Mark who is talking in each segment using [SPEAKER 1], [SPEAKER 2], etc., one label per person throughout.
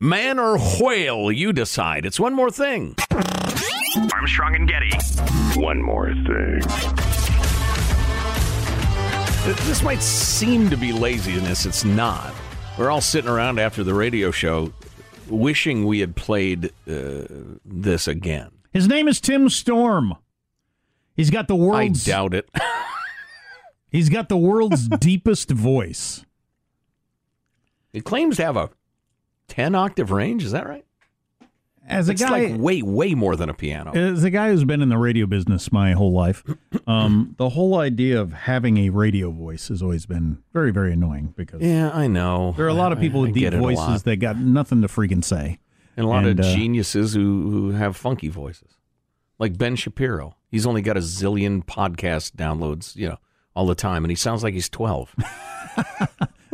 [SPEAKER 1] Man or whale, you decide. It's one more thing.
[SPEAKER 2] Armstrong and Getty.
[SPEAKER 3] One more thing.
[SPEAKER 1] Th- This might seem to be laziness, it's not. We're all sitting around after the radio show wishing we had played uh, this again.
[SPEAKER 4] His name is Tim Storm. He's got the
[SPEAKER 1] I
[SPEAKER 4] world's
[SPEAKER 1] doubt it.
[SPEAKER 4] he's got the world's deepest voice.
[SPEAKER 1] It claims to have a 10 octave range, is that right?
[SPEAKER 4] As a
[SPEAKER 1] it's
[SPEAKER 4] guy,
[SPEAKER 1] like way, way more than a piano.
[SPEAKER 4] as a guy who's been in the radio business my whole life, um, the whole idea of having a radio voice has always been very, very annoying because
[SPEAKER 1] yeah, I know.
[SPEAKER 4] there are a lot of
[SPEAKER 1] I-
[SPEAKER 4] people
[SPEAKER 1] I
[SPEAKER 4] with deep
[SPEAKER 1] get it a lot.
[SPEAKER 4] voices that got nothing to freaking say.
[SPEAKER 1] and a lot
[SPEAKER 4] and,
[SPEAKER 1] of
[SPEAKER 4] uh,
[SPEAKER 1] geniuses who, who have funky voices, like Ben Shapiro. He's only got a zillion podcast downloads, you know, all the time, and he sounds like he's 12.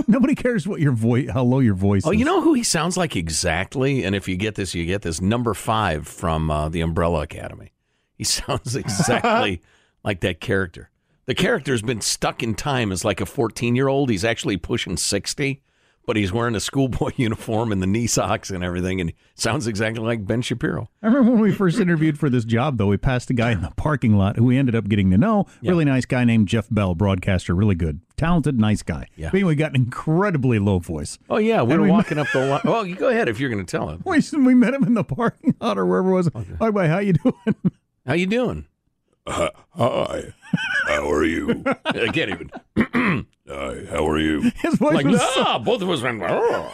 [SPEAKER 4] Nobody cares what your voice, how low your voice.
[SPEAKER 1] Oh,
[SPEAKER 4] is.
[SPEAKER 1] you know who he sounds like exactly? And if you get this, you get this. Number five from uh, the Umbrella Academy. He sounds exactly like that character. The character's been stuck in time as like a 14 year old. He's actually pushing 60, but he's wearing a schoolboy uniform and the knee socks and everything, and sounds exactly like Ben Shapiro.
[SPEAKER 4] I remember when we first interviewed for this job, though, we passed a guy in the parking lot who we ended up getting to know.
[SPEAKER 1] Yeah.
[SPEAKER 4] Really nice guy named Jeff Bell, broadcaster, really good, talented, nice guy.
[SPEAKER 1] Yeah.
[SPEAKER 4] But anyway, got an incredibly low voice.
[SPEAKER 1] Oh, yeah. We
[SPEAKER 4] And
[SPEAKER 1] were
[SPEAKER 4] we-
[SPEAKER 1] walking up the line. Oh, you go ahead if you're going to tell him.
[SPEAKER 4] We, we met him in the parking lot or wherever it was. Hi, bye, how you doing?
[SPEAKER 1] How you doing?
[SPEAKER 3] Hi. How are you?
[SPEAKER 1] I can't even.
[SPEAKER 3] Hi. How are you?
[SPEAKER 4] His voice
[SPEAKER 1] Like,
[SPEAKER 4] was.
[SPEAKER 1] ah, both of us went. "Oh."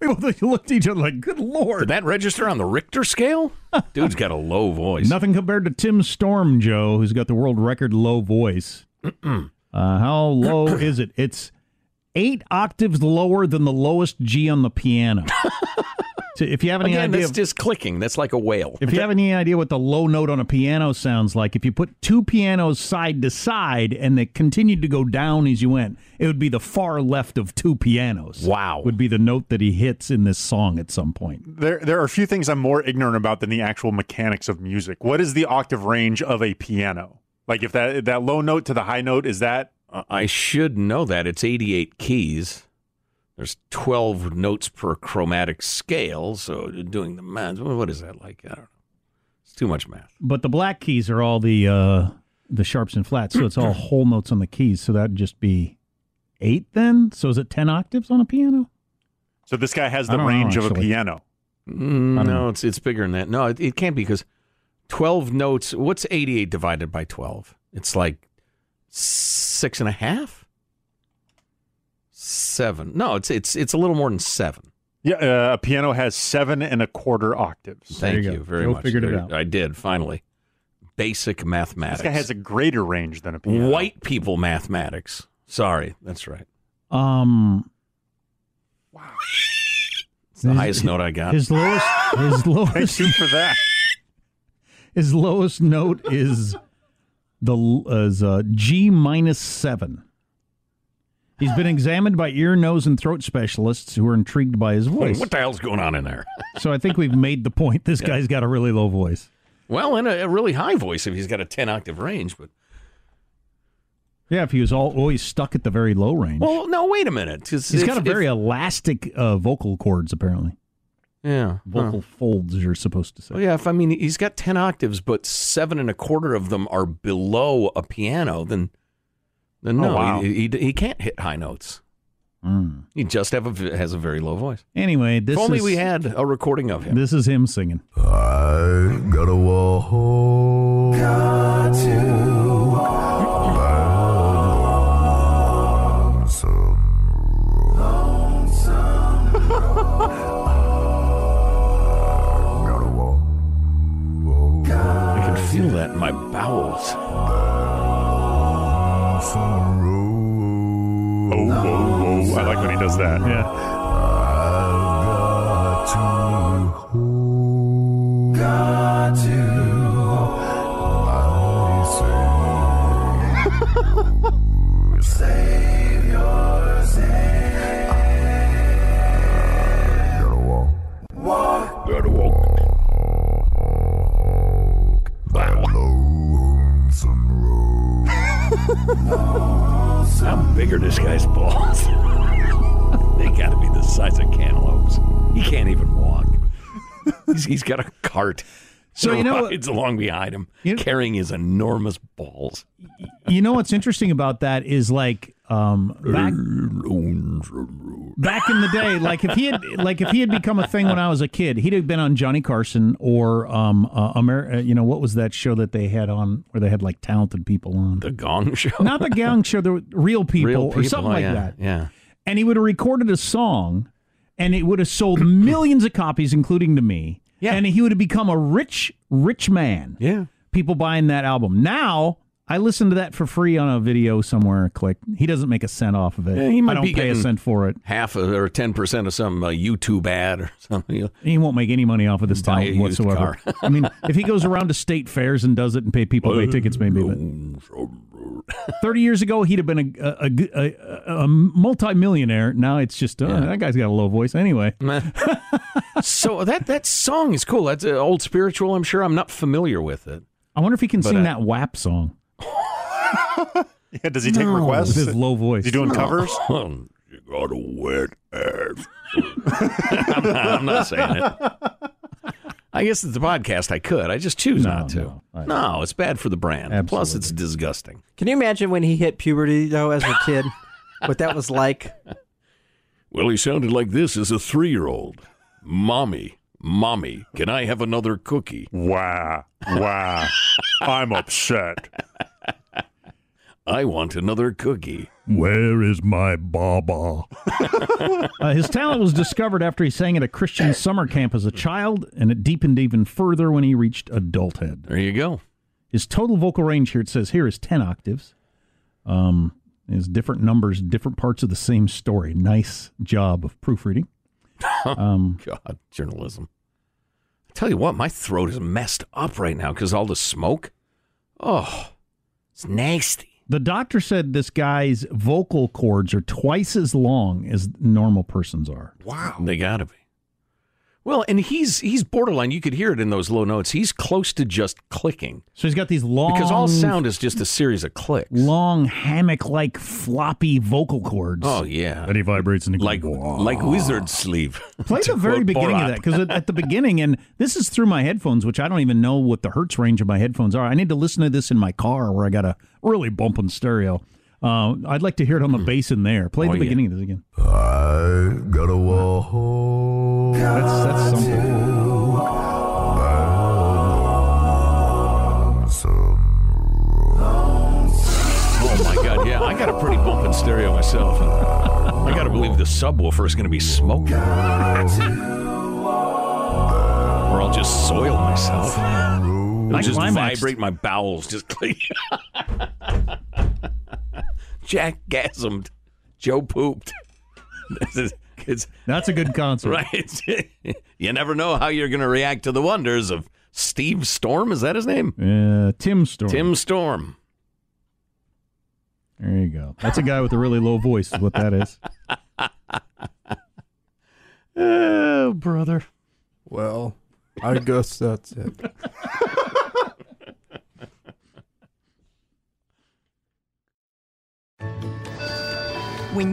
[SPEAKER 4] we both looked at each other like, "Good
[SPEAKER 1] Did
[SPEAKER 4] lord!"
[SPEAKER 1] that register on the Richter scale? Dude's got a low voice.
[SPEAKER 4] Nothing compared to Tim Storm, Joe, who's got the world record low voice. uh, how low is it? It's eight octaves lower than the lowest G on the piano. so if you have any
[SPEAKER 1] Again,
[SPEAKER 4] idea,
[SPEAKER 1] that's
[SPEAKER 4] of-
[SPEAKER 1] just clicking. That's like a whale.
[SPEAKER 4] If you have any idea what the low note on a piano sounds like, if you put two pianos side to side and they continued to go down as you went, it would be the far left of two pianos.
[SPEAKER 1] Wow.
[SPEAKER 4] Would be the note that he hits in this song at some point.
[SPEAKER 5] There, there are a few things I'm more ignorant about than the actual mechanics of music. What is the octave range of a piano? Like if that that low note to the high note is that?
[SPEAKER 1] I- I should know that. It's 88 keys. There's 12 notes per chromatic scale. So doing the math, what is that like? I don't know. It's too much math.
[SPEAKER 4] But the black keys are all the uh, the sharps and flats, so it's all whole notes on the keys. So that'd just be eight then. So is it ten octaves on a piano?
[SPEAKER 5] So this guy has
[SPEAKER 4] I
[SPEAKER 5] the
[SPEAKER 4] don't know,
[SPEAKER 5] range of a
[SPEAKER 4] actually.
[SPEAKER 5] piano.
[SPEAKER 1] Mm,
[SPEAKER 4] I
[SPEAKER 1] no,
[SPEAKER 4] don't know.
[SPEAKER 1] it's it's bigger than that. No, it, it can't be because 12 notes. What's 88 divided by 12? It's like six and a half? Seven. No, it's it's it's a little more than seven.
[SPEAKER 5] Yeah, uh, a piano has seven and a quarter octaves.
[SPEAKER 4] There
[SPEAKER 1] Thank
[SPEAKER 4] you
[SPEAKER 1] you,
[SPEAKER 4] go.
[SPEAKER 1] very
[SPEAKER 4] Joe
[SPEAKER 1] much.
[SPEAKER 4] figured it
[SPEAKER 1] There-
[SPEAKER 4] out.
[SPEAKER 1] I did finally. Basic mathematics.
[SPEAKER 5] This guy has a greater range than a piano.
[SPEAKER 1] white people mathematics. Sorry, that's right.
[SPEAKER 4] Um.
[SPEAKER 1] It's the
[SPEAKER 4] His-
[SPEAKER 1] highest note I got.
[SPEAKER 4] His lowest. His lowest.
[SPEAKER 5] Thank you for that.
[SPEAKER 4] His lowest note is the is uh, G minus seven. He's been examined by ear, nose, and throat specialists who are intrigued by his voice.
[SPEAKER 1] what the hell's going on in there?
[SPEAKER 4] so I think we've made the point. This guy's got a really low voice.
[SPEAKER 1] Well, and a, a really high voice if he's got a ten octave range, but
[SPEAKER 4] Yeah, if he was all always stuck at the very low range.
[SPEAKER 1] well, no, wait a minute. 'cause
[SPEAKER 4] He's
[SPEAKER 1] if-
[SPEAKER 4] got a very
[SPEAKER 1] if-
[SPEAKER 4] elastic uh, vocal cords, apparently.
[SPEAKER 1] yeah
[SPEAKER 4] Vocal folds, you're supposed to say.
[SPEAKER 1] Well, Oh, yeah, if I mean he's got ten octaves, but seven and a quarter of them are below a piano, then then
[SPEAKER 5] Oh,
[SPEAKER 1] no,
[SPEAKER 5] wow.
[SPEAKER 1] he, he he can't hit high notes.
[SPEAKER 4] Mm.
[SPEAKER 1] He just have a v- has a very low voice.
[SPEAKER 4] Anyway, this
[SPEAKER 1] if only
[SPEAKER 4] is
[SPEAKER 1] we had a recording of him.
[SPEAKER 4] this is him singing.
[SPEAKER 3] I got a wall. Got
[SPEAKER 1] I can feel that in my bowels.
[SPEAKER 5] Oh, whoa, whoa. I like when he does that.
[SPEAKER 4] Yeah.
[SPEAKER 3] to hold.
[SPEAKER 1] can't even walk. he's, he's got a cart.
[SPEAKER 4] So
[SPEAKER 1] that
[SPEAKER 4] you know-
[SPEAKER 1] rides along behind him,
[SPEAKER 4] You-
[SPEAKER 1] carrying his enormous balls.
[SPEAKER 4] you know what's interesting about that is like um back back in the day like if he had like if he had become a thing when i was a kid he'd have been on johnny carson or um uh, Amer- uh, you know what was that show that they had on where they had like talented people on
[SPEAKER 1] The Gong Show.
[SPEAKER 4] not the gang show the real people,
[SPEAKER 1] Real
[SPEAKER 4] or
[SPEAKER 1] people,
[SPEAKER 4] something like
[SPEAKER 1] yeah,
[SPEAKER 4] that
[SPEAKER 1] Yeah.
[SPEAKER 4] and he would have recorded a song and it would have sold millions of copies including to me
[SPEAKER 1] Yeah.
[SPEAKER 4] and he would have become a rich rich man
[SPEAKER 1] Yeah.
[SPEAKER 4] people buying that album. Now I listen to that for free on a video somewhere. Click. He doesn't make a cent off of it.
[SPEAKER 1] Yeah, he might
[SPEAKER 4] I don't
[SPEAKER 1] be
[SPEAKER 4] pay a
[SPEAKER 1] getting-
[SPEAKER 4] cent for it.
[SPEAKER 1] Half of, or 10% of some uh, YouTube ad or something. You'll-
[SPEAKER 4] He won't make any money off of this
[SPEAKER 1] Buy a
[SPEAKER 4] town
[SPEAKER 1] used
[SPEAKER 4] whatsoever.
[SPEAKER 1] car.
[SPEAKER 4] I mean, if he goes around to state fairs and does it and pay people to pay tickets, maybe. But thirty years ago, he'd have been a a, a, a, a multimillionaire. Now it's just uh, that guy's got a low voice anyway.
[SPEAKER 1] so that, that song is cool. That's an old spiritual, I'm sure. I'm not familiar with it.
[SPEAKER 4] I wonder if he can
[SPEAKER 1] But,
[SPEAKER 4] sing
[SPEAKER 1] uh,
[SPEAKER 4] that WAP song Oh.
[SPEAKER 5] Yeah, does he take requests?
[SPEAKER 4] with his
[SPEAKER 5] Is
[SPEAKER 4] low voice.
[SPEAKER 5] he doing covers?
[SPEAKER 1] I'm
[SPEAKER 3] You got a wet ass.
[SPEAKER 1] not, I'm not saying it. I guess it's a podcast. I could. I just choose
[SPEAKER 4] No,
[SPEAKER 1] not to.
[SPEAKER 4] no, I-
[SPEAKER 1] No, it's bad for the brand. Plus,
[SPEAKER 4] Absolutely.
[SPEAKER 1] it's disgusting.
[SPEAKER 6] Can you imagine when he hit puberty though, as a kid, what that was like?
[SPEAKER 1] Well, he sounded like this as a three year old. Mommy, mommy, can I have another cookie?
[SPEAKER 5] Wow. Wow. I'm upset.
[SPEAKER 1] I want another cookie.
[SPEAKER 4] Where is my baba? uh, his talent was discovered after he sang at a Christian summer camp as a child, and it deepened even further when he reached adulthood.
[SPEAKER 1] There you go.
[SPEAKER 4] His total vocal range here, it says here, is 10 octaves. Um, is different numbers, different parts of the same story. Nice job of proofreading. Um,
[SPEAKER 1] God, journalism. I tell you what, my throat is messed up right now because all the smoke. Oh, it's nasty.
[SPEAKER 4] the doctor said this guy's vocal cords are twice as long as normal persons are.
[SPEAKER 1] Wow. They gotta be. Well, and he's he's borderline. You could hear it in those low notes. He's close to just clicking
[SPEAKER 4] So he's got these long,
[SPEAKER 1] because all sound is just a series of clicks.
[SPEAKER 4] long hammock-like floppy vocal cords.
[SPEAKER 1] Oh yeah,
[SPEAKER 4] he vibrates and
[SPEAKER 1] like like wizard sleeve.
[SPEAKER 4] Play
[SPEAKER 1] To
[SPEAKER 4] the very
[SPEAKER 1] quote
[SPEAKER 4] beginning of
[SPEAKER 1] Borat.
[SPEAKER 4] that because at, at the beginning, and this is through my headphones, which I don't even know what the hertz range of my headphones are. I need to listen to this in my car where I got a really bumping stereo. Uh, I'd like to hear it on the bass in there. Play
[SPEAKER 1] Oh,
[SPEAKER 4] the
[SPEAKER 1] yeah.
[SPEAKER 4] beginning of this again.
[SPEAKER 3] I got a wall.
[SPEAKER 4] That's that's something.
[SPEAKER 1] Oh my god, yeah, I got a pretty bumping stereo myself. I gotta believe the subwoofer is gonna be smoking, or I'll just soil myself. It'll
[SPEAKER 4] I
[SPEAKER 1] just
[SPEAKER 4] climaxed.
[SPEAKER 1] vibrate my bowels, just clean. Jack gasmed, Joe pooped. This is, it's
[SPEAKER 4] That's a good concert.
[SPEAKER 1] right. It's- you never know how you're gonna react to the wonders of Steve Storm. Is that his name?
[SPEAKER 4] Uh, Tim Storm.
[SPEAKER 1] Tim Storm.
[SPEAKER 4] There you go. That's a guy with a really low voice. Is what that is.
[SPEAKER 1] Oh, brother.
[SPEAKER 7] Well, I guess that's it.
[SPEAKER 8] When